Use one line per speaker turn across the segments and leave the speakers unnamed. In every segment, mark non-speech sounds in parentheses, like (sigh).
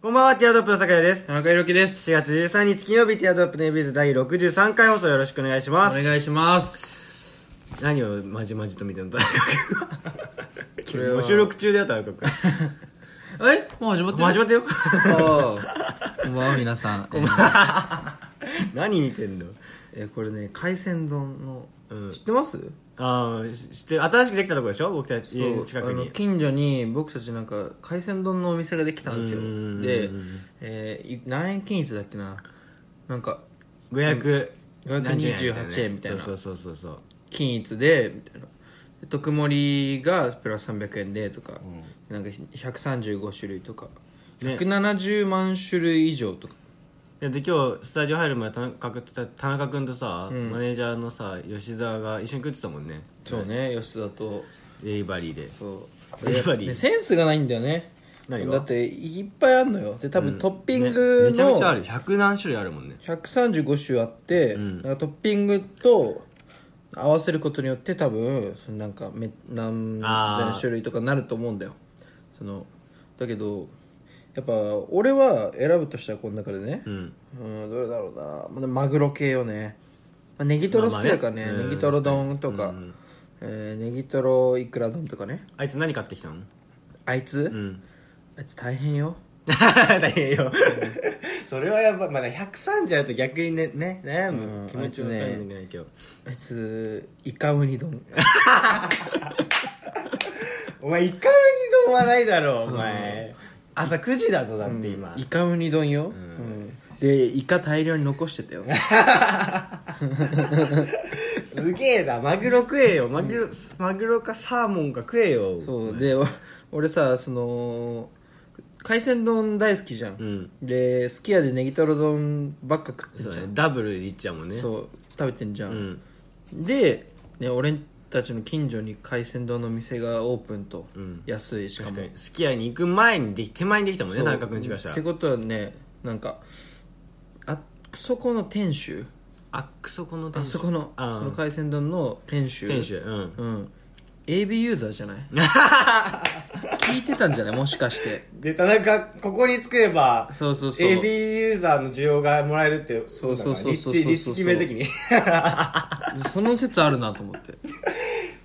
こんばんは、ティアドロップの酒屋です。
田中裕樹です
4月13日金曜日、ティアドロップのエビーズ第63回放送よろしくお願いし
お
ます。
願いします
何をまじまじと見てんの、大 (laughs) 学
れは
収録中だよ、大学。
えもう始まってる
始まってよ。 (laughs)
あーこんばんは皆さんこんばんは
何見てんの
えーこれね海鮮丼の、
うん
知ってます
ああ、し知って、新しくできたとこでしょ僕たち家
そ
の
う
近
あ
く
の
に。
近所に僕たちなんか海鮮丼のお店ができたんですよ
うんうんうんうん
で、えーい何円均一だっけななんか
500、
うん
何十みたいなね
528円みたいな
そうそうそうそう。
均一でみたいなで特盛りがプラス300円でとか、なんか135種類とか、
ね
170万種類以上とか
でで今日スタジオ入る前田中君と田中君とさ、
ん
マネージャーのさ吉沢が一緒に食ってたもんね
そうね吉田と
デイバリーで
そう
(laughs) やっぱり
でセンスがないんだよね
何が
だっていっぱいあるのよで多分トッピン
ね
グ
めちゃめちゃあ
の
る100何種類あるもんね
135種あって、
ん
なんかトッピングと合わせることによって多分そのなんかめ何
あー
千種類とかなると思うんだよそのだけどやっぱ俺は選ぶとしたらこの中でね
うん
うんどれだろうなまあでもマグロ系よね、まあ、ネギトロ好きだからね,、
まあまあねうん
ネギトロ丼とか、
うんうん
えーネギトロイクラ丼とかね
あいつ何買ってきたの
あいつ、
うん (laughs)
あいつ大変よ
大変よそれはやっぱまあね130あると逆にねね悩
う
む
ん
気持ちわかんないんだけど
あいつイカウニ丼
お前いかに丼はないだろうお前朝9時だぞだって今
イカウニ丼よ、うんでイカ大量に残し
(laughs)
てたよ
すげえなマグロ食えよマグロマグロかサーモンか食えよ
そうでお俺さその海鮮丼大好きじゃん、
うん
で好きやでネギトロ丼ばっか食って
そ
ん
う
じゃ
だ
ん
ねダブルでいっちゃうもんねう
そう食べてんじゃん、
ん
で、ね、俺たちの近所に海鮮丼の店がオープンと、
うん
安いしか
確
も
かにすき家に行く前にでき手前にできたもんね
そう
田中君ちからした
って
ら
ことはねなんかあそこの店主
あくそこの
あ
店主
そこの
あー
その海鮮丼の店主
店主うん
うん AB ユーザーじゃない
(laughs)
聞いてたんじゃないもしかして
で田中ここにつければ
そうそうそう
AB ユーザーの需要がもらえるって
そうそうそうそ
立
う
地立地決めるとき
(laughs)
に
その説あるなと思って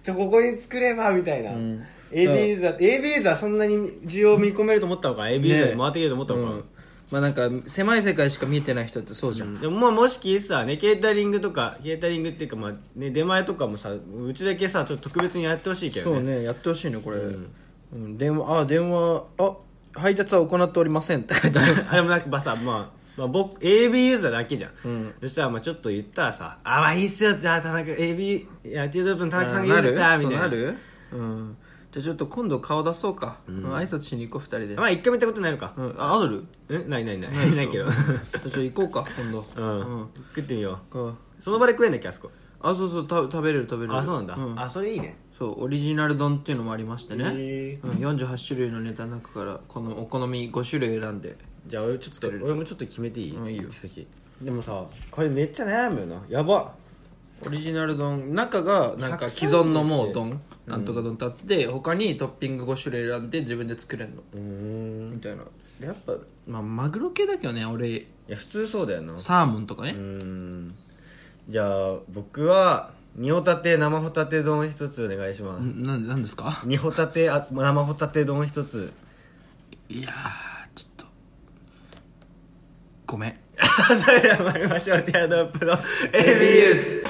じゃあここに作ればみたいな、
ん
AB ユーザー AB ユーザーそんなに需要見込めると思ったのかな AB ユーザーに回ってきると思ったのかな、
うんまあなんか狭い世界しか見えてない人ってそうじゃん、
でもまあもし聞いてたらねケータリングとかケータリングっていうかまあ、ね、出前とかもさうちだけさちょっと特別にやってほしいけど
そう
ね
ねやってほしいねこれ、うん電話あ電話あ配達は行っておりませんって書い
(laughs)
てあ
(laughs)
る
あれもなんかさ、まあ、まあ僕 AB ユーザーだけじゃん、
うん
そしたらまあちょっと言ったらさ「あまあいいっすよ」ってあ田中 AB いやティードロップの田中さんが言うんだ
る
みたいな
そうなるうんじゃあちょっと今度顔出そうか、うん、挨拶しに行こう二人で、
まあ一回も言ったことないのか
うん、あある
うんないないない
ないでし
(laughs)
ょ
ないけど
じゃあちょっと行こうか今度
うん、
うん
食ってみよ
か
うその場で食えんだっけあそこ
あそうそうた食べれる食べれる
あそうなんだ、あそれいいね
そうオリジナル丼っていうのもありましてね、
へ
うん、48種類のネタの中からこのお好み5種類選んで
じゃあ俺ちょっと俺もちょっと決めていい、
うんいいよ
先でもさこれめっちゃ悩むよなやば
オリジナル丼中がなんか既存のもう丼なんとか丼ってあって、他にトッピング5種類選んで自分で作れるの
うーん
みたいなでやっぱ、まあ、マグロ系だけどね俺
いや普通そうだよなう
サーモンとかね、
ーんじゃあ僕は煮ホタテ生ホタテ丼一つお願いします、
んなんなんですか
煮ホタテあ生ホタテ丼一つ
いやーちょっとごめん
あ (laughs) それでは参りましょうティアドロップの ABS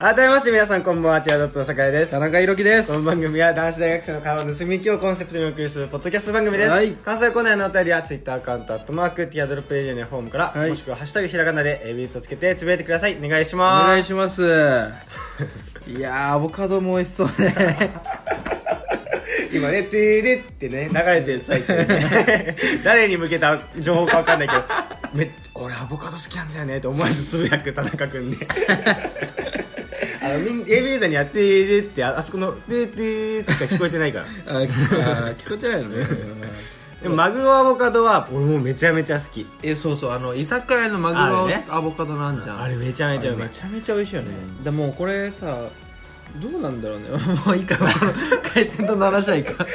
改めまして皆さんこんばんはティアドロップの酒井です
田中裕樹です
この番組は男子大学生の会話を盗み聞きをコンセプトにお送りするポッドキャスト番組です、
はい
関西コーナーのお便りやツイッターアカウントアットマークティアドロップエリアのフォームから、
はい
もしくは「ハッシュタグひらがな」で AB とつけてつぶやいてくださいお願いし
お
ます
(laughs) 願いしますいやーアボカドも美味しそうね
今ね「てーで」 (laughs) ってね流れてる最中にね誰に向けた情報か分かんないけどめっ俺アボカド好きなんだよねって思わずつぶやく田中 (laughs) 君であのみん AB ユーザーにやってーってああそこの「でーでー」って聞こえてないから
あー聞こえてないのね
でもマグロアボカドは俺もうめちゃめちゃ好き
えそうそうあの居酒屋のマグロ
あれね
アボカドなんじゃん
あれめちゃめちゃうまい
めちゃめちゃ美味しいよね
でもうこれさどうなんだろう (laughs) ねもういいかこの回転と鳴らしはいい (laughs) か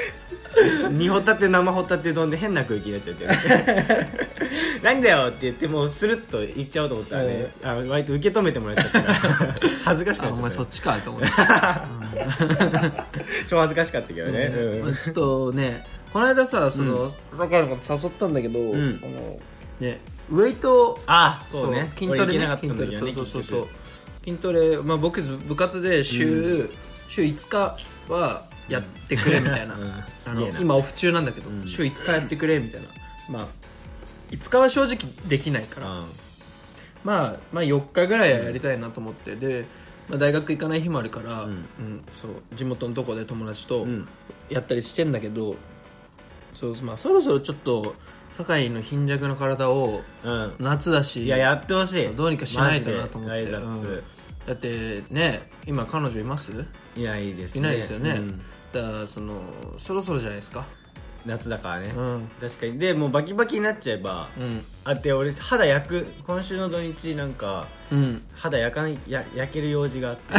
煮ホタテ生ホタテ丼で変な空気になっちゃってる
(laughs)
何だよって言ってもうスルッと言っちゃおうと思ったらねあの割と受け止めてもらっちゃったから
(laughs)
恥ずかしく
あ
なっ
お
ちゃ
前
った
そ
よ
っちかと思って
超恥ずかしかったけどね
そうね
うん
まあちょっとねこの間さその、酒井のこと誘ったんだけど、
ん
あのねウェイト
あそうね
筋トレ
俺行けなか
ね
ったん
筋
だよ
トレ
ね
そうそうそ
結
うそう
局
筋トレまあ僕部活で週、週5日はやってくれみたいな、
うん
あ
すげ
の
えな
今オフ中なんだけど、
ん
週5日やってくれみたいなまあ5日は正直できないから、
うん
まあ、まあ4日ぐらいはやりたいなと思って、で、まあ、大学行かない日もあるから、
う
うんんそう地元のとこで友達と
うん
やったりしてんだけど、そうまあ、そろそろちょっと堺の貧弱な体を
うん
夏だし
いややってほしい
どうにかしないとなと思って
マジでライザップ
うんだってね今彼女います
いないです
いないですよね
うん
だからそのそろそろじゃないですか
夏だからね
うん
確かにでもうバキバキになっちゃえば
うん
あって俺肌焼く今週の土日なんか
うん
肌焼かないや焼ける用事があって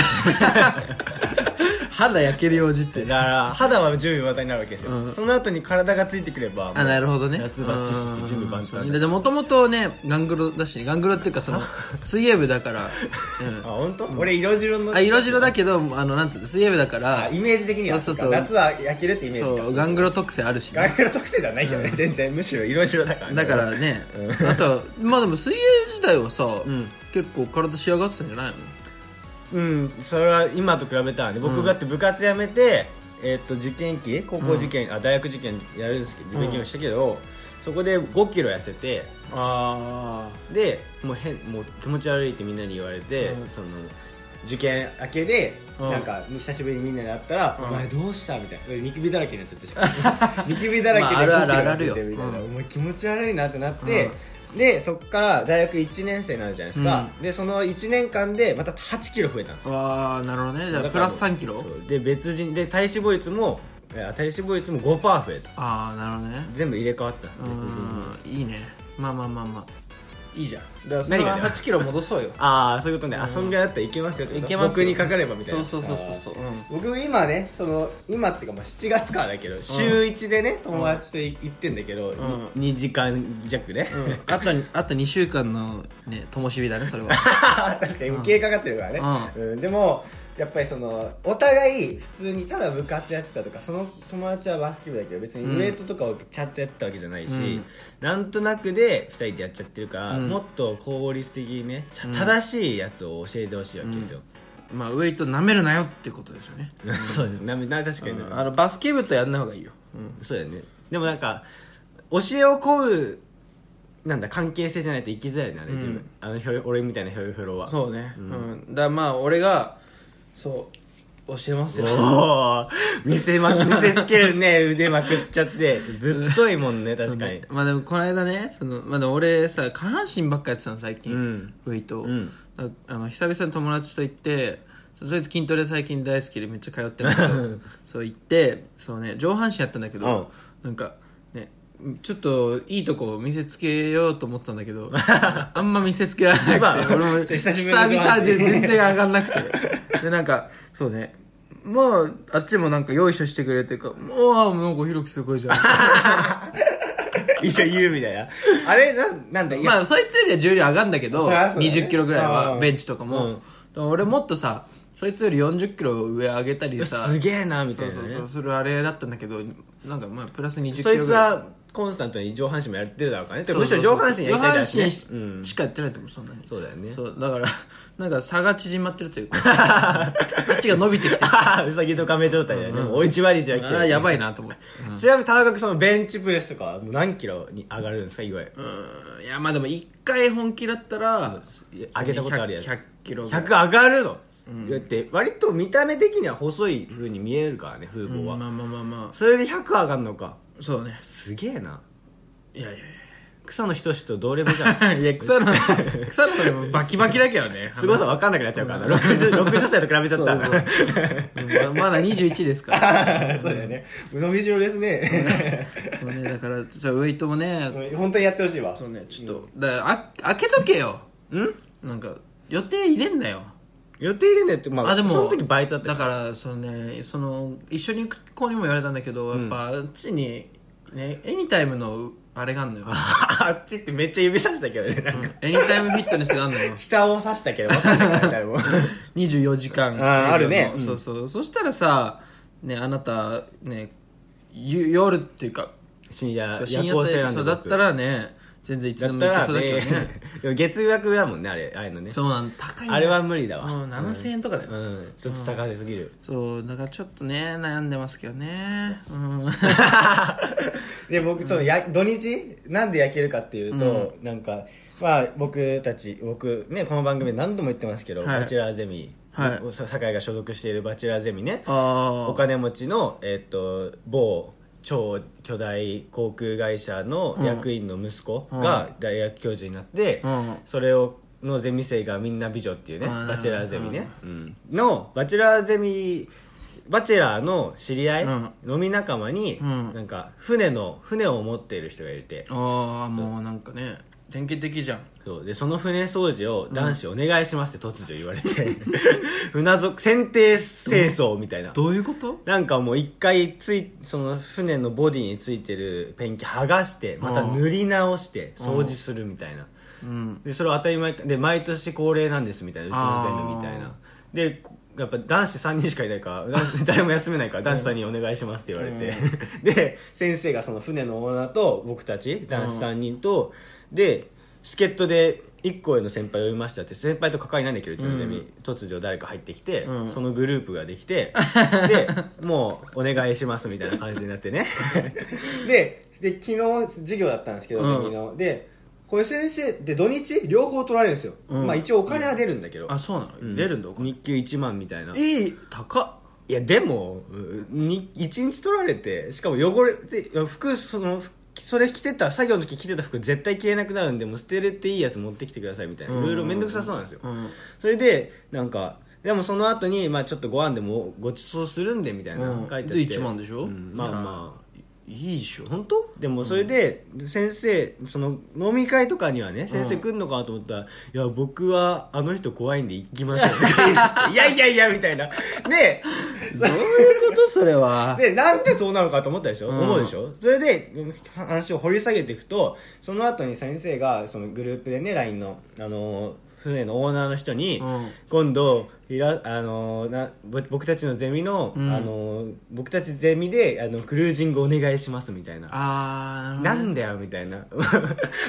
肌焼ける用事っ
だ
て
から肌は準備万端になるわけですよ、
うん
その後に体がついてくれば
あなるほどね
夏バッチシス準備万端だ
だもともとねガングロだしガングロっていう
(laughs)
かその水泳部だから、
あ本当、俺色白
う
の
ん、あ色白だけどあのなんていうの水泳部だか
あ
ら
イメージ的には
そうそうそう
夏は焼けるってイメージか
そうガングロ特性あるし、
ガングロ特性ではないけどね、全然むしろ色白だからね、
だからね、あとはまあでも水泳自体はさ、
ん
結構体仕上がってたんじゃないの
うんそれは今と比べたらね僕がって部活辞めて、えーっと受験期高校受験、あ大学受験やるんですけど受験期をしたけど、そこで5キロ痩せて
あ
でもう変もう気持ち悪いってみんなに言われて、
うん
その受験明けで、
うん
なんか久しぶりにみんなで会ったら「
うん
お前どうした?」みたいなニキビだらけになっちゃってしか
(laughs)
もニキビだらけ
まああ
で
るある
5キロ痩せ
ある
て
あるよ
みたいな、
うん
お前気持ち悪いなってなって、でそこから大学1年生になるじゃないですか、でその1年間でまた8キロ増えたんです
あ
よ
わあなるほどねじ
だか
ゃあ
ら
プラス3キロ
そうで別人で体脂肪率もえー体脂肪率も5%増えた
ああなるほどね
全部入れ替わった別人に
うんいいねまあまあまあまあいいじゃんだからそ
何
れ
が
は
だよ
8キロ戻
(laughs)
そうよ
ああそういうことね、あそんぐらいだったらいけますよってこ
い
と
けますよ
僕にかかればみたいな
そうそうそうそうそううん
僕今ねその今っていうかまあ7月からだけど週1でね友達とい行ってんだけど、
ん
に2時間弱ね、
うんあとあと2週間のね灯火だねそれ
(laughs)
は (laughs)
確かに経過かかってるからね、うんでもやっぱりそのお互い普通にただ部活やってたとかその友達はバスケ部だけど別に
うん
ウエイトとかをちゃんとやってたわけじゃないし、
うん
なんとなくで2人でやっちゃってるから、
うん
もっと効率的にねちゃ
うん
正しいやつを教えてほしいわけですよ、
まあウェイト舐めるなよってことですよね
(laughs) そうですなな確かに、
あのバスケ部とやんない方がいいようん
そうだよねでもなんか教えを請うなんだ関係性じゃないと生きづらいなね自分、
うん
あのひょろ俺みたいなひょろひょろは
そうねうんだからまあ俺がそう教えますよ
おお見せま見せつけるね (laughs) 腕まくっちゃってぶっといもんね確かに
まあでもこの間ねその、まあ、でも俺さ下半身ばっかやってたの最近、
うん
ウェイトを、
うん
だあの久々に友達と行ってそそいつ筋トレ最近大好きでめっちゃ通ってるんだ
(laughs)
けどそう行ってそう、ね、上半身やったんだけど、なんかねちょっといいとこ見せつけようと思ってたんだけど (laughs) あんま見せつけられなく
嘘
て俺も
久
久
しぶりの上半
々
身
で全然上がんなくてでなんかそうねまああっちもなんか用意書してくれてかもうなんかひろきすごいじゃん
一応言うみたいなあれなんなんだいや、
まあそいつよりは重量上がんだけど
そりゃそうだ
2
ね
0キロぐらい
うん
はベンチとか
う
も
ん
だから俺もっとさそいつより4 0キロ上上げたりさ
すげえなみたい
そう
な、ね、
そうそうそれあれだったんだけどなんかまあプラス2 0キ
そい
ロ
つ
ぐらい
はコンスタントに上半身もやってるだろうからねてか
そう
むし
そ
ろ
うそう
上半身やりたいだ
上
し、ね
半身、し
うん
しかやってないと思うそんなに
そうだよね
そうだからなんか差が縮まってるというかあっちが伸びてき
(laughs) (laughs)
て
あーうさぎと亀状態だよね、もう一割以上来てる、
ああやばいなと思って
うんちなみに田中君そのベンチプレスとかは何キロに上がるんですかいわゆる
うんいやまあでも1回本気だったら
上げたことあるやつ
100 100キロぐらい
100上がるの、だって割と見た目的には細い風に見えるからね風
うん
貌は、
まあまあまあま
それで100上がるのか
あそうね
すげえない
やいやいや
草野仁と同レベルじゃん
いや草野草野でもバキバキだけどね
すごさ分かんなくなっちゃうからな 60, 60歳と比べちゃ
そ
っ
うそ
た
ううんままだ21ですから
(laughs) そうだよね伸びしろですね
そうねだからじゃあウェイトもね
本当にやってほしいわ
そうねちょっとだからあ開けとけよ
ん
なんか予定入れんなよ
予定入れんねって、まあ、
あでも
その時バイトだった
だからそのねその一緒に行く子にも言われたんだけどやっぱあっちにねエニタイムのあれがあんのよ、
ら (laughs) あっちってめっちゃ指さしたけどねなんか、
エニタイムフィットネスがあんのよ
北を指したけど分かんなくなるもん
(laughs) 24時間
あーあるねうん
そうそう、そしたらさねあなたねゆ夜っていうか
深夜
そう深
夜
夜
行
帯
性なん
そう
で
だったらね全然いつで
僕
も
だ
行
っ
け
た
そうだ
ら
けどね
(laughs) ねでも月額だもんねあれああいうのね
そうなん高いんだ
あれは無理だわ
もう7000円とかだよ、
うんちょっと高いすぎる
そうだからちょっとね悩んでますけど
(laughs)
ねうん
で僕そのや土日なんで焼けるかっていうと、なんかまあ僕たち僕ねこの番組で何度も言ってますけど、
はい
バチェラーゼミ、
はい
お酒井が所属しているバチェラーゼミね
あ
お
あ
金持ちの、えっと某超巨大航空会社の役員の息子が大学教授になって、
うん
それをのゼミ生がみんな美女っていうね
あー
バチェラーゼミね、うんのバチェラーゼミバチェラーの知り合い、
うん
飲み仲間に、
うん
なんか船の船を持っている人がいて
ああもうなんかね典型的じゃん
そうでその船掃除を男子お願いしますって突如言われて、 (laughs) 船底船底清掃みたいな
どういうこと
なんかもう一回ついその船のボディについてるペンキ剥がしてまた塗り直して掃除するみたいな
うん
でそれは当たり前で毎年恒例なんですみたいなうちの全部みたいなでやっぱ男子3人しかいないから
(laughs)
男子誰も休めないから男子3人お願いしますって言われて、 (laughs) で先生がその船のオーナーと僕たち男子3人と、で助っ人で1個上の先輩を呼びましたって先輩と関わりないんだけどうちのゼミ、
うん
突如誰か入ってきて、
うん
そのグループができ
(laughs)
てでもうお願いしますみたいな感じになって
(laughs)
ねでで昨日授業だったんですけど、
うん
ゼミのでこれ先生で土日両方取られるんですよ、
うん
まあ一応お金は出るんだけど、
あそうなの、
うん
出るんだお金
日給1万みたいない
いい高っ
やでもうに1日取られてしかも汚れて服その服それ着てた作業の時着てた服絶対着れなくなるんでもう捨てれていいやつ持ってきてくださいみたいないろいろ面倒くさそうなんですよ、
うん
それでなんかでもその後にまあちょっとご飯でもごちそうするんでみたいな
う
の
ん
書いてあって、
で1万でしょ、
うんまあまあ
あいいでしょ
本当でもそれで先生その飲み会とかにはね先生来んのかなと思ったら「いや僕はあの人怖いんで行きません」とか言い出
(laughs)
していやいやいや」みたいなで
どういうことそれ (laughs) は
でなんでそうなのかと思ったでしょ、
うん
思うでしょそれで話を掘り下げていくとその後に先生がそのグループでね LINE の、あのー船のオーナーの人に、
うん
今度いら、あのーなぼ僕たちのゼミの、
うん
あのー僕たちゼミであのクルージングお願いしますみたいな
ああ
なんだよみたいな (laughs)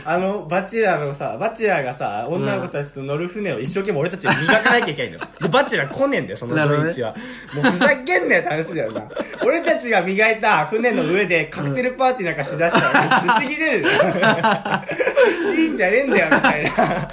あのバチェラーのさバチェラーがさ女の子たちと乗る船を一生懸命俺たちが磨かなきゃいけないのでバチェラー来ねえんだよその土日は、もうふざけんなよって話だよな俺たちが磨いた船の上でカクテルパーティーなんかしだしたらぶち切れる (laughs) よいいんじゃねえんだよみたいな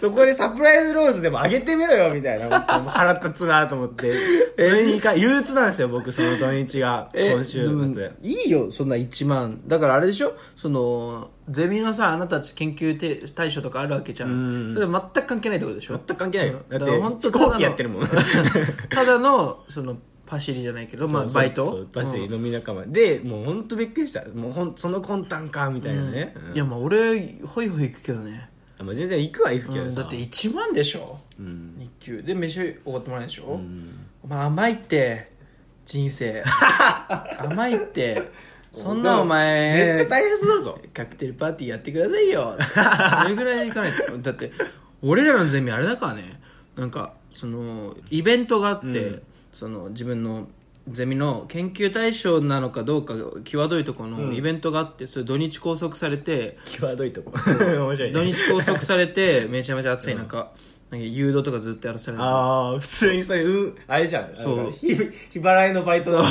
そこでサプライズローズでもあげてみろよみたいな本当もう腹立つなと思ってそれにか憂鬱なんですよ僕その土日が
え
今週
でも
末
いいよそんな1万だからあれでしょそのゼミのさあなたたち研究て対象とかあるわけじゃ
うん
んそれ全く関係ないってことでしょ
全く関係ないよだって
から本当
飛行機やってるもん
ただのただのそのパシリじゃないけどまあ
そう
バイト
そうバシ
うん
飲み仲間、でもう本当びっくりしたもうほんその魂胆かみたいなね、うん
いやまあ俺ホイホイ行くけどね
あまあ全然行くは行くけ
う
ど
ん
さ、
だって1万でしょ
うん
日給で飯おごってもらえるでしょ
うん
お前甘いって
(laughs)
人生甘いってそんなお前
めっちゃ大変そうだぞ
カクテルパーティーやってくださいよ (laughs) それぐらいでいかないとだって俺らのゼミあれだからねなんかそのイベントがあって、
うん
その自分のゼミの研究対象なのかどうか際どいところのイベントがあって、それ土日拘束されて
(laughs) 際どいとこ面白い
土
ね
日拘束され (laughs) てめちゃめちゃ暑い中、なんか誘導とかずっとやらされて
ああ普通にそれうんあれじゃん
そう
あの日日払いのバイトだ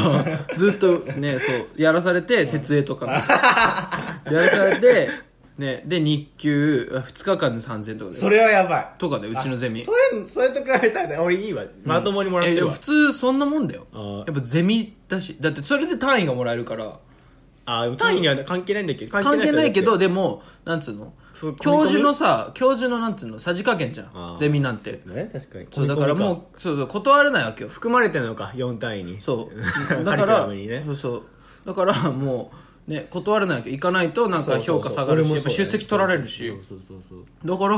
ずっとねそうやらされて設営と (laughs) かもやらされて、ね、で日給2日間で3000とかで
それはやばい
とかでうちのゼミ
それそれと比べたら俺いいわまともにもらって
え
る
でも
わ
普、通そんなもんだよ
あー
やっぱゼミだしだってそれで単位がもらえるから
あー単位には関係ないんだけど
関係ないけど
で
でもなんつうの
そう
教授
込み
の
込
さ教授のなんつうのさじ加減じゃ
あ
ん
ー
ゼミなんて
みね確かに
そうだから
う
もうそうそう断れないわけよ
含まれてるのか4単位に
そ
カ
う
(laughs)
だ
リ
か
キュラ
ら、
ムにね
そうそうだからもうね断れないわけ行かないとなんか評価下がるし
そう
やっ
そ
ぱ
うそう
出席取られるし
そうそうそうそう
だから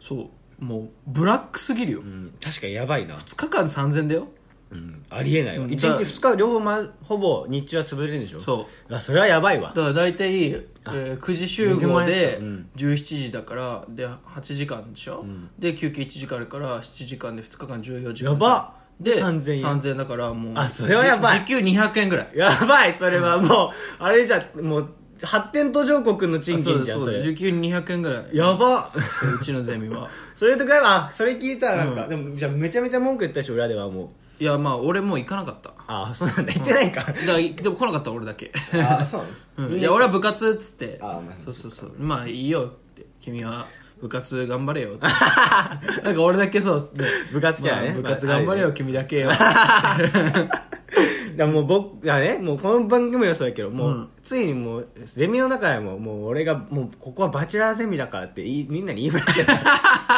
そうもうブラックすぎるよ、
うん確かにやばいな
2日間3000だよ
うんありえないわ
うん
1日2日両方まほぼ日中は潰れるんでしょ
そう
あそれはやばいわ
(laughs) だから大体、えー、9時集合で
うん
17時だからで8時間でしょ、
ん
で休憩1時間あるから7時間で2日間14時間
やば
で
3000
3000
円
円だからもう
あそれはやばい
じ時給200円ぐらい
やばいそれはもうあれじゃもう発展途上国の賃
あそう
金
で
じ
す
ゃん
そう
そ
です
れ
時給200円ぐらい
やば
そううちのゼミは
それと比べあそれ聞いたらなんか
うん
でもじゃあめちゃめちゃ文句言ったでしょ裏ではもう
いやまあ俺もう行かなかった
あそうなんだ言ってないか
だからでも来なかった俺だけ、
あそう
うん、いや俺は部活っつって
あまあ
そうそうそうまあいいよって君は部活頑張れよって (laughs) なんか俺だけそうで
部活キャラね
まあ部活頑張れよ、
まあ
君だ
(laughs)
けよ
だからもう僕がねもうこの番組はそうやけどもう、
うん
ついにもうゼミの中でももう俺がもうここはバチェラーゼミだからっていみんなに言いました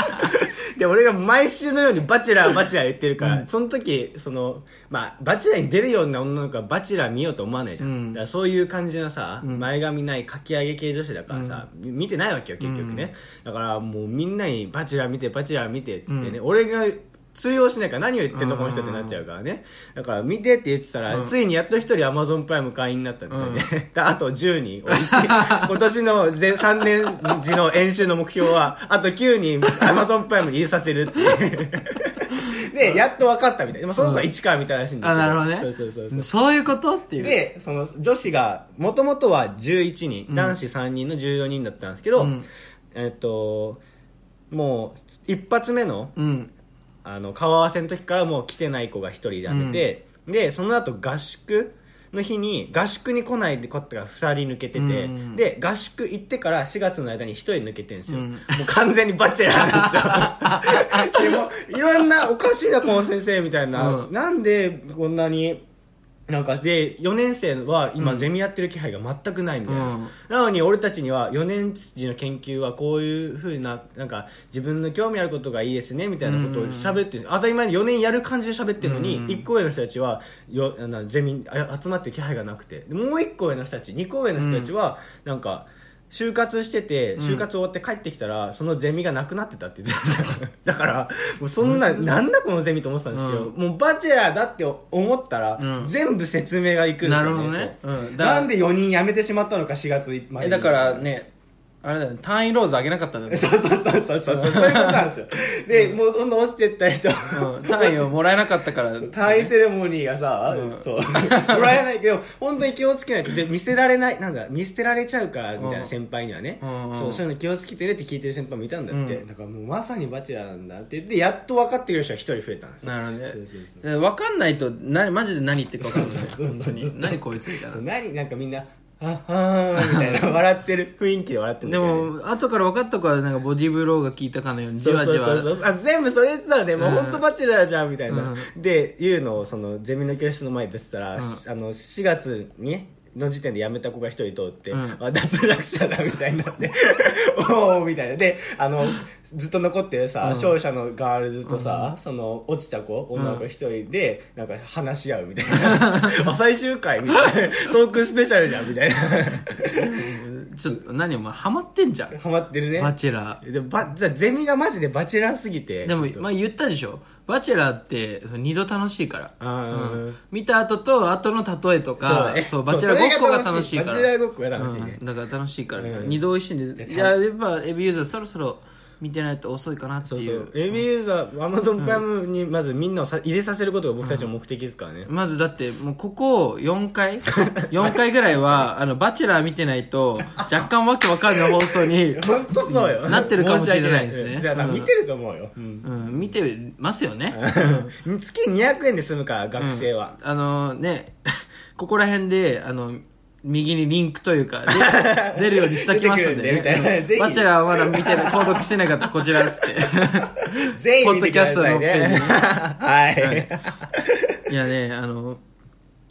(laughs)
で俺が毎週のようにバチェラーバチェラー言ってるから、その時そのまあバチェラーに出るような女の子はバチェラー見ようと思わないじゃん、
うん
だからそういう感じのさ、
うん
前髪ないかき上げ系女子だからさ、み見てないわけよ結局ね、だからもうみんなにバチェラー見てバチェラー見てっつってね、俺が通用しないから何を言ってんのこの人ってなっちゃうからだからねだから見てって言ってたら、
うん
ついにやっと一人アマゾンプライム会員になったんですよね、 (laughs) であと10人今年のぜ3年時の演習の目標はあと9人アマゾンプライムに入れさせるって
(laughs)
いうでやっと分かったみたいでもその子は市川みたいらしいんだけ
あなるほどね
そうそうそうそう
そういうことっていう
でその女子がもともとは11人、
うん
男子3人の14人だったんですけど、
うん
えっともう一発目の
うん
あの顔合わせの時からもう来てない子が一人でて、でその後合宿の日に合宿に来ない子ってが2人抜けてて、
うん
で合宿行ってから4月の間に1人抜けてるんですよ、
うん
もう完全にバチェラーなんです
(laughs)
よでもいろんなおかしいなこの先生みたいな、
うん
なんでこんなになんかで4年生は今
うん
ゼミやってる気配が全くないみたいな、
うん
なのに俺たちには4年時の研究はこういうふうななんか自分の興味あることがいいですねみたいなことを喋ってる当たり前に4年やる感じで喋ってるのに、
うん
1個上の人たちはよあのゼミあ集まってる気配がなくてでもう1個上の人たち2個上の人たちはなんか。就活してて
ん
就活終わって帰ってきたら、そのゼミがなくなってたって言ってたん
(laughs)
ですよだからもうそんな、なんだこのゼミと思ってたんですけど、
うん
もうバチェラーだって思ったら、
うん
全部説明がいくんですよ
なるほどね
そう
うんだ
なんで4人辞めてしまったのか4月まで
え
に
だからねあれだよね単位ローズ上げなかったんだよね
そうそうそうそうそうそういうことなんですよでもうどんどん落ちてったりと、
うん単位をもらえなかっ
(laughs)
たから
単位セレモニーがさ、
うん
そうもらえないけど本当に気をつけ
(laughs)
ないとで見捨てられないなんだ見捨てられちゃうからみたいうなん先輩にはね、
うんうん
そうそういうの気をつけてねって聞いてる先輩もいたんだって、
うん
だからもうまさにバチェラーなんだって言ってやっと分かってくれる人が1人増えたんですよ
なるほどね
そうそうそう
で分かんないとなマジで何言ってるか分かんない
(laughs) そうそうそう
本当に何こいつみたいな
そう何なんかみんな「ははーん」みたいな笑ってる雰囲気で笑ってるんだ
で
けどね
も後から分かったからなんかボディブローが効いたかのようにじ
そう
わ
そう
じ
そうそ
わ
うあ全部それ言ってたのね、もう
うん
本当バチェラーじゃんみたいな、
う
でいうのをそのゼミの教室の前で言ってたら、
うん
しあの4月にの時点で辞めた子が一人通って、
うん
あ脱落者だみたいになって (laughs) おおみたいなであのずっと残ってるさ、
うん
勝者のガールズとさ、その落ちた子女の子一人でなんか話し合うみたいな、 (laughs) あ最終回みたい
(laughs)
なトークスペシャルじゃんみたいな
ちょっと何お前ハマってんじゃん
ハマってる
バ
ね
チェラー
でもばじゃあゼミがマジでバチェラーすぎて
でも
ちょっ、と
まあ、言ったでしょバチェラーってその二度楽しいから
あー
うん見た後と後の例えとか
ね
そうバチェラーごっこが楽しいから
バチェラーごっこが楽しいね
う、んだから楽しいから
うん
二度美味しいんで
い
い
や
ややっぱエビユーザーそろそろ見てないと遅いかなって
そう
い
そう
う
レビューがアマゾンプライムにまずみんなをさ入れさせることが僕たちの目的ですからね、
まずだってもうここ4回 (laughs) 4回ぐらいはあのバチェラー見てないと若干わけわかんない放送に
ほん、本当そうよ、
うんなってるかもしれないですね
申し訳なだから
うん
見てると思うよ、うん
うん、見てますよ
(laughs)
ね。
月200円で済むから学生は、
あのね、 (laughs) ここら辺で、あの、右にリンクというか、
(laughs)
で出るようにしときますんで、
出てくるんでみたいな
ね。うん
ぜひ
バチェラーはまだ見てない、購読してなかったらこちらっつって。
(laughs) 全員見てくださいね (laughs)
ポッドキャストの
はい、
いやね、あの、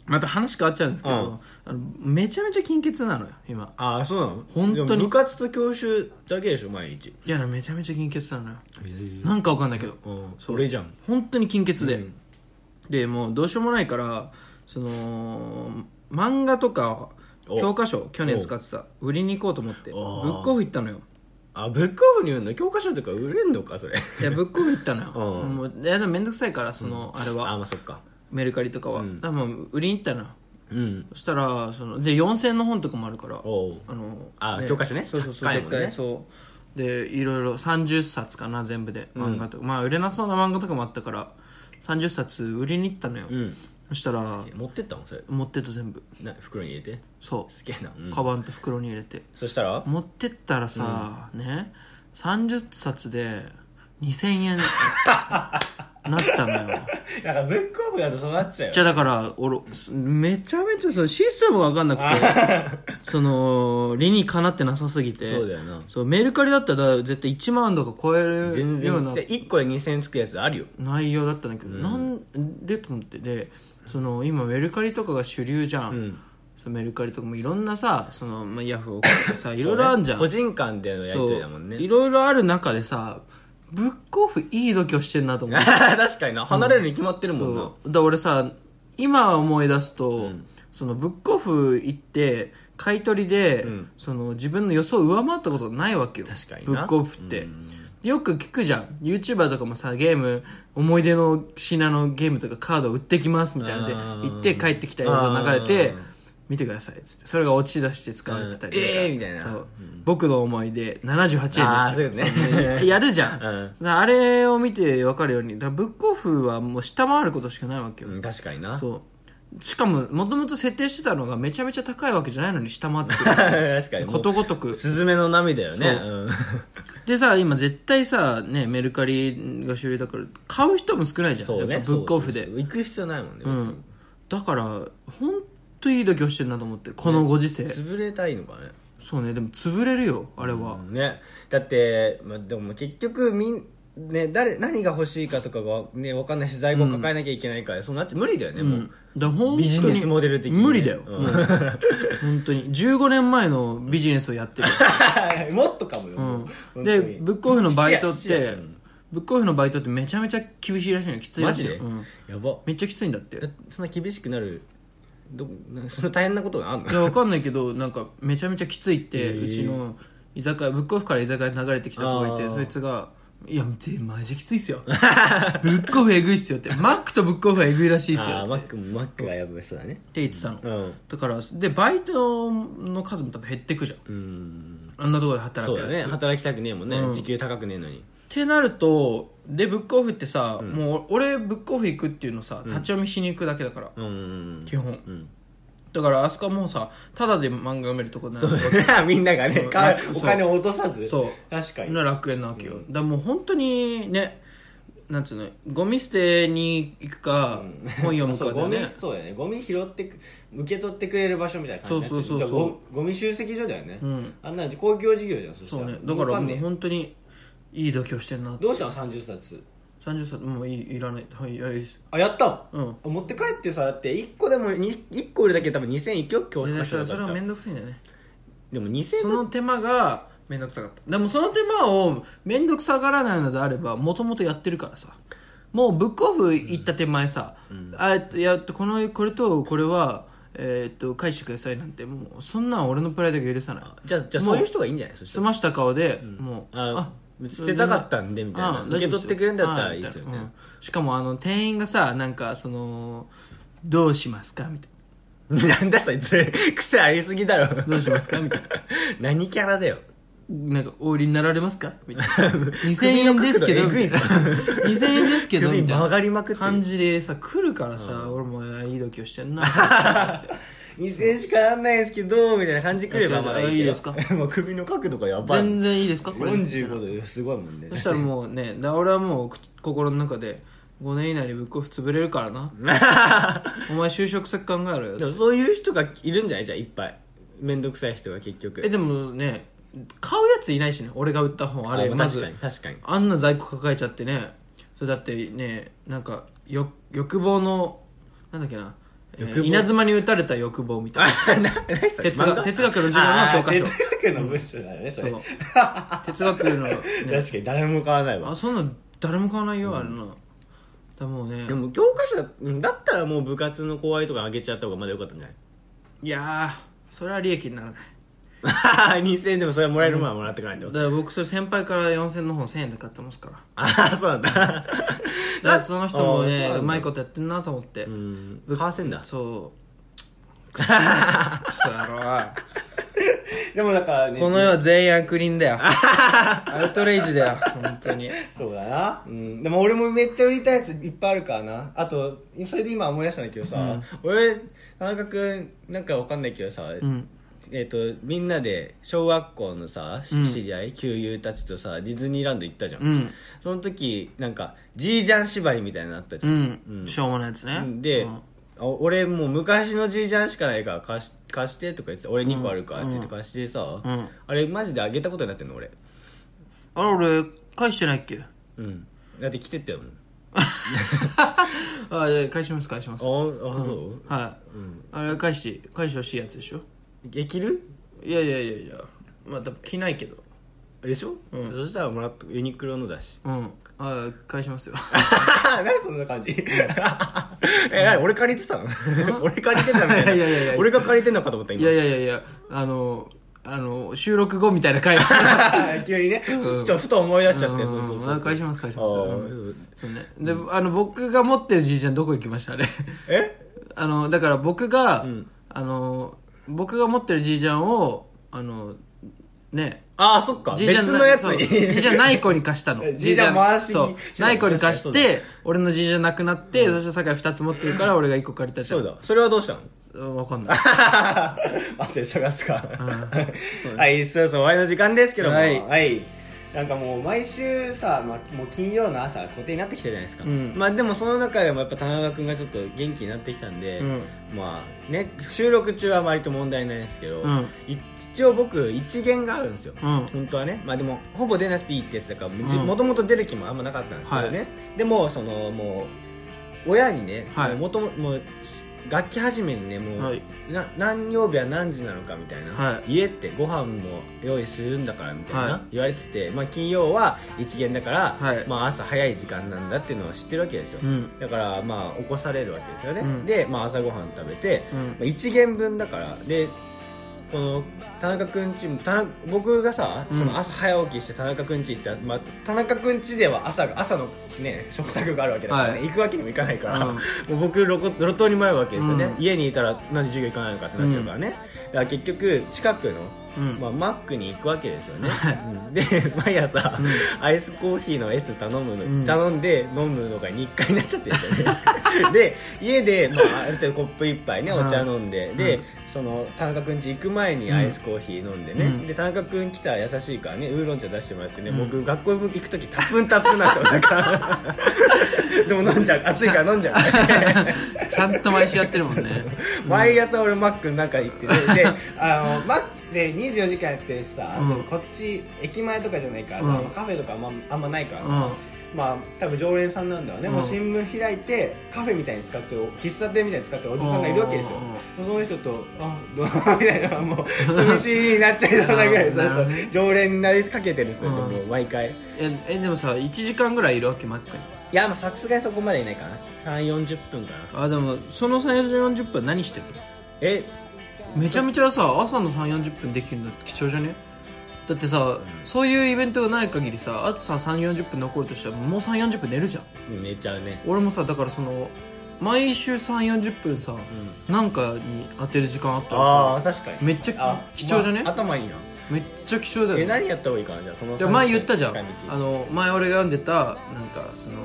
また話変わっちゃうんですけど、
うん
あのめちゃめちゃ金欠なのよ今
ああそうなの
本当に
でも部活と教習だけでしょ毎日
いやめちゃめちゃ金欠なのよ
へえ
なんかわかんないけど、
うん
そ
そうれじゃん
本当に金欠で、
うん
でもうどうしようもないからその漫画とか
お
教科書去年使ってた売りに行こうと思ってブ
お
ックオフ行ったのよ
あブックオフに売るの教科書とか売れんのかそれ (laughs)
いやブックオフ行ったのよ
うん
もういやでも面倒くさいからその、あれ
あ
は
まあそっか
メルカリとかは、
うん
だからもう売りに行ったのよ
うん
そしたらそので4000の本とかもあるから
おう
あの
あ教科書ね
そうそうそ
高
うで
い
っ
もんね
かいそうでいろいろ30冊かな全部で漫画とか、まあ売れなそうな漫画とかもあったから30冊売りに行ったのよ、
うん
そしたら
持ってったのそれ
持ってった全部
な袋に入れて
そ
すげえな、う
うんカバンと袋に入れて
そしたら
持ってったらさ、ね30冊で2000円
(laughs)
なったのよ
なんかブックオフだとそうなっちゃう
じゃあだから俺めちゃめちゃそのシステムが分かんなく
(laughs)
てその理にかなってなさすぎて
そうだよな
そうメルカリだったら絶対1万とか超え
全
るよう
然
な
で1個で2000円つくやつあるよ
内容だったんだけど、なんでと思ってでその今メルカリとかが主流じゃん、
うん
そのメルカリとかもいろんなさその、まあ、ヤフオクとかさ (laughs) いろいろあるじゃん
個人間でのやり取りだもん
そうい
ね
ろいろある中でさブックオフいい度胸してんなと思っ
(laughs)
て
確かにな離れるに決まってるもんな
そうだ俺さ今思い出すと、
ん
そのブックオフ行って買い取りで、
うん
その自分の予想を上回ったことがないわけよ
確かにな
ブックオフって、
うん
よく聞くじゃん YouTuber とかもさゲーム思い出の品のゲームとかカードを売ってきますみたいなので
あー
行って帰ってきた映像流れて
あー
見てくださいっつってそれが落ち出して使われてたりとか
うんえーみたいな
そう僕の思い出
あ
78
ー
円です
そうよね
そのやるじゃん、
うん
だからあれを見て分かるようにだからブックオフはもう下回ることしかないわけよ、
うん確かにな
そうしかももともと設定してたのがめちゃめちゃ高いわけじゃないのに下回ってく
(laughs) (laughs) 確かに
る
もう
ことごとく
スズメの涙よね
そう
うん
でさ今絶対さ、ね、メルカリが主流だから買う人も少ないじゃん、
そう
や
ね
っぱブックオフで
そうそうそう行く必要ないもんね
う
別に
ん、だから本当いい度胸してるなと思ってこのご時世、
潰れたいのかね
そうねでも潰れるよあれは、
ねだって、まあ、でも結局みんね、誰何が欲しいかとかが、ね、分かんないし在庫抱えなきゃいけないから、そうなって無理だよね、
う
も
ん
う、
だから本当に
ビジネスモデル的にね
無理だよ、
うん
もう本当に15年前のビジネスをやってる、
(laughs) もっとかもよ、
う
もう本
ん、
当
で
に
ブックオフのバイトっ
質や質
て
やうん
ブックオフのバイトってめちゃめちゃ厳しいらしいのよきつい
マ
らし
ジ
い
で、
ようん、
やば
めっちゃきついんだって
えそんな厳しくなるどなそんな大変なことがあんの
いやわかんないけどなんかめちゃめちゃきついって、
へー
うちの居酒屋ブックオフから居酒屋に流れてきた子がい
あ
て
ー
そいつが「いやてマジきつい
(laughs)
っすよブックオフえぐいっすよ」って「マックとブックオフはえぐいらしいっすよ」
あー
っ
マ
て
ックマックがやばいそうだね
って言ってたの、
うん
だからでバイトの数も多分減ってくじゃ
う
ん
ん
あんなところで働
そう
くや
だ
つ
ね働きたくねえもんね、
うん
時給高くねえのに
ってなるとでブックオフってさ、もう俺ブックオフ行くっていうのさ立ち読みしに行くだけだから、
うんうん
基本
うん
だからあそこはもうさただで漫画読めるとこな
そ
の
う (laughs) みんながねか
そう
お金を落とさず
そう
確かに
な楽園なわけよ、だからもう本当にねなんつうのゴミ捨てに行くか、本読む
そう
か
ゴ
で
ミ
ね
そうだよねゴミ拾ってく受け取ってくれる場所みたいな感じになってる
そうそうそうそう
だからゴゴミ集積所だよね、
うん
あんなの公共事業じゃんそした
そう
ら
ねだか
儲
らも
んね
う
えよ
本当にいい度胸してんな
どうしたの30冊
30冊もういいいらないはいはいいいです
あやったの
うん
あ持って帰ってさだって1個でもに1個売るだけで多分2000いくよ教
俺
科
だか
書
ら
だ
そ
っ
れ
たら
は面倒くさいんだよね
でも2000
その手間が面倒くさかったでもその手間を面倒くさがらないのであればもともとやってるからさもうブックオフ行った手前さ、あえっといやこのこれとこれは、えーっと返してくださいなんてもうそんなん俺のプライドが許さない
じゃあじゃあそういう人がいいんじゃないそし
済
たら
ました顔で、もう
あ捨てたかったんでみたいな
あ
受け取ってくれるんだったらいいですよ
あみたな
ね
うんしかもあの店員がさなんかそのどうしますかみたい
(laughs) なんだそいつ癖ありすぎだろ
などうしますかみたいな
(laughs) 何キャラだよ
なんかお売りになられますかみたいな
(laughs)
2000円ですけ
首の
ど
角度エグいぞ
2000円ですけど
首
みたい
曲
な
がりまくってる
感じでさ来るからさ、俺もいやいい度胸して
(laughs)
んな
2000円しかやんないですけどみたいな感じくればまだいいけど
あ違う違ういいです
(laughs)
か
もう首の角度がやばいも
全
ん
然いいですかこれ
45度すごいもんね
そしたらもうねだ俺はもう口心の中で5年以内にブックオフ潰れるからなお前就職先考えろ
(laughs)
よ
でもそういう人がいるんじゃないじゃあいっぱい面倒くさい人が結局
えでもね買うやついないしね俺が売った本あれ
ま
ま
確
ず
かに確かに
あんな在庫抱えちゃってねそれだってねなんかよ欲望のなんだっけなえー
欲望
稲妻に打たれた欲望みたい
な
な
何それ
(laughs) 哲学
漫画
哲学の授業の教科書
(laughs) あー哲学の文章だよね、それ。
そう (laughs) 哲学の、ね、
確かに誰も買わないわ
あ。そんなん誰も買わないよ、あれなだもうね
でも教科書だうんだったらもう部活の後輩とかあげちゃった方がまだよかったんじゃない
いやーそれは利益にならない
あ (laughs) あ、2000円でもそれもらえるものはもらってかないと。
だから僕それ先輩から4000の本1000円で買ってますからだか
(laughs) ああ、そうなんだ。だ。
らその人もねうまいこととやってんなと思って、
うん。
ぶ
買わせんだ。 (laughs)
そうクソ野郎
でもだからね。
この世は全員悪人だ
(laughs)
よアウトレイジだよ本当に
そうだな。うん。でも俺もめっちゃ売りたいやついっぱいあるからな。あと、それで今思い出したんだけどさ、俺、田中君なんかわかんないけどさ、
うん
えっと、みんなで小学校のさ、知り合い、旧友たちとさ、ディズニーランド行ったじゃん。
うん
その時、なんか、じいちゃん縛りみたいなのあったじ
う
ゃん。
ん、
うん
しょうもないやつね
で、
うん
あ俺もう昔のじいちゃんしかないから貸し貸してとか言って俺2個あるからって言って
うん
貸してさ、
うん
あれマジであげたことになってんの俺
あれ俺返してないっけ (laughs)
うんだって来てったよもん
あいや返します返しますは
あ
い、
あそう、うん
あれ返して返してほしいやつでしょ
え着る
いやいやいやいやまあ多分着ないけど
でしょ、
うん
そしたらもらったユニクロの
(laughs)
だし
うんあ返しますよ
何そんな感じ (laughs) え何俺借りてたの (laughs) 俺借りてたみたいない
やいやいや
俺が借りてんのかと思った今
いやいやいやいやあのあの収録後みたいな回
(laughs) 急にね、ちょっとふと思い出しちゃって、そうそうそう
あ返します返します
あー
うんそうねであの僕が持ってるじいちゃんどこ行きましたあれ
え
あのだから僕が、
ん
あの僕が持ってるじいちゃんをあのね
ああそっか
じいちゃん
別のやつ
そう
に
じいちゃんない子に貸したの
じいちゃん回しに
そう
しな
ないい
子
子
に
に
貸
貸
した
して俺のじいちゃんなくなって、そして酒井2つ持ってるから俺が1個借りたじ
(laughs)
ゃ
そうんだそれはどうしたの
分かん
(laughs)
ない
待って探すか、
うん
はいそろそろ終わりの時間ですけどもは、
はいい
なんかもう毎週さ、まあ、もう金曜の朝固定になってきてるじゃないですか、
うん
まあでもその中でもやっぱ田中君がちょっと元気になってきたんで、
うん
まあね収録中は割と問題ないですけど、
うん
い一応僕一限があるんですよ、
うん
本当はねまあでもほぼ出なくていいってやつだからもじ
うん
もともと出る気もあんまなかったんですけどね、
は
でもそのもう親にね、
はい
もとももうし楽器始めにねもう、
はい
な何曜日は何時なのかみたいな、
は
家ってご飯も用意するんだからみたいな、
はい
言われてて、まあ、金曜は一限だから、
はい
まあ、朝早い時間なんだっていうのは知ってるわけですよ、
うん
だからまあ起こされるわけですよね、
うん
で、まあ、朝ごはん食べて、
うん
まあ、1限分だからでこの田中くんちも田中僕がさ
うん
その朝早起きして田中くんち行ったら、まあ、田中くんちでは朝が朝の、ね、食卓があるわけだからね、
はい
行くわけにもいかないから、
うん
(laughs) もう僕路こ路頭に迷うわけですよね、
うん
家にいたら何で授業行かないのかってなっちゃうからね、だから結局近くの
うん
まあ、マックに行くわけですよ
(laughs)
ね、うんで毎朝、アイスコーヒーの S 頼むの、
うん
頼んで飲むのが日課になっちゃってるんですよ
(laughs)
ねで家で、まあ、ある程度コップ一杯ねお茶飲んで、で、
うん
その田中くん家行く前にアイスコーヒー飲んでね、
うん
で田中くん来たら優しいからねウーロン茶出してもらってね、
うん
僕学校行く時タップンタップンなんですよだから (laughs) でも飲んじゃう暑いから飲
(laughs)
んじゃうね
(laughs) ちゃんと毎週やってるも
(laughs)
んね
毎朝俺マックの中行
(laughs)
ってねであのマックで24時間やってるしさ、
うん
でもこっち駅前とかじゃないからさ、
うん
カフェとかあんまあんまないから
う
さ、
ん
まあ多分常連さんなんだよね、
うん
もう新聞開いてカフェみたいに使ってる喫茶店みたいに使ってるおじさんがいるわけですよ、
うん
もうその人と「あどうも」みたいなもう人見知りになっちゃいそうなぐらいそう
(laughs) なる
そ
ほど
う
ね
常連になりかけてるんですよ、
うん
もう毎回い
ええでもさ1時間ぐらいいるわけマジで
やまあさすがにそこまでいないかな3 4 0分かな
あでもその3 4 0分何してるの
え
めちゃめちゃさ朝の3 4 0分できるのって貴重じゃねだってさそういうイベントがない限りさあとさ3 4 0分残るとしたらもう3 4 0分寝るじゃん
寝ちゃうね
俺もさだからその毎週3 4 0分さ、なんかに当てる時間あったら
ああ
さ
確かに
めっちゃ
あ
貴重じゃね、
まあ頭いいな
めっちゃ貴重だよね
え何やった方がいいかなじゃあその
で前言ったじゃん
近道
あの前俺が読んでたなんかその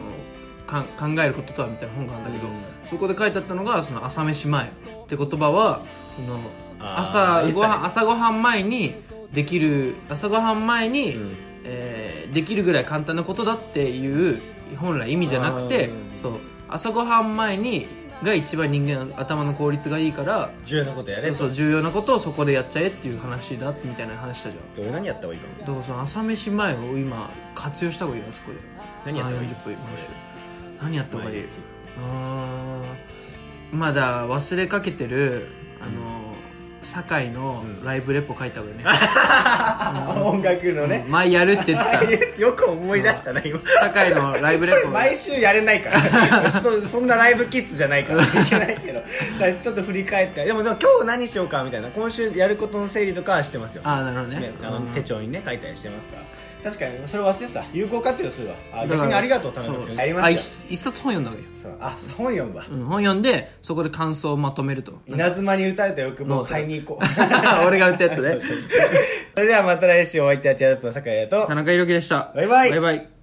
かん考えることとはみたいな本があるんだけど、
うん
そこで書いてあったのがその朝飯前って言葉はその
あー
朝ごは
一
ん朝ごはん前にできる朝ごはん前に、
うん
えーできるぐらい簡単なことだっていう本来意味じゃなくて
あー
そう朝ごはん前にが一番人間の頭の効率がいいから
重要なことやれ
そうそう重要なことをそこでやっちゃえっていう話だってみたいな話したじゃん
で俺何やった方がいいかも
だからその朝飯前を今活用した方がいいよあそこで
何やった方がいい
あー40分毎週何やった方がいいう
毎日
ーんまだ忘れかけてるあの堺のライブレポ書いた方がいいね、
音楽のね、
前やるって言ってた
よく思い出したね今 (laughs)
堺のライブレポ
それ毎週やれないからそそんなライブキッズじゃないからいけないけどだからちょっと振り返ってでもでも今日何しようかみたいな今週やることの整理とかはしてますよ、
ああなるほどね
ね、あ
う
の
ん
手帳にね書いたりしてますから確かにそれ忘れてた有効活用するわあ
だから
逆にありがとう田
そ
中君
う
やり
あ
ま
一
すよ
一冊本読んだわけよ、
そうあ本読むわ
うん、本読んでそこで感想をまとめると
稲妻に打たれた欲望を買いに行こう
(laughs) 俺が
(laughs)
売ったやつね
それではまた来週お会いいたいティアドロップの酒井と
田中裕樹でした
バイバイ
バイバイ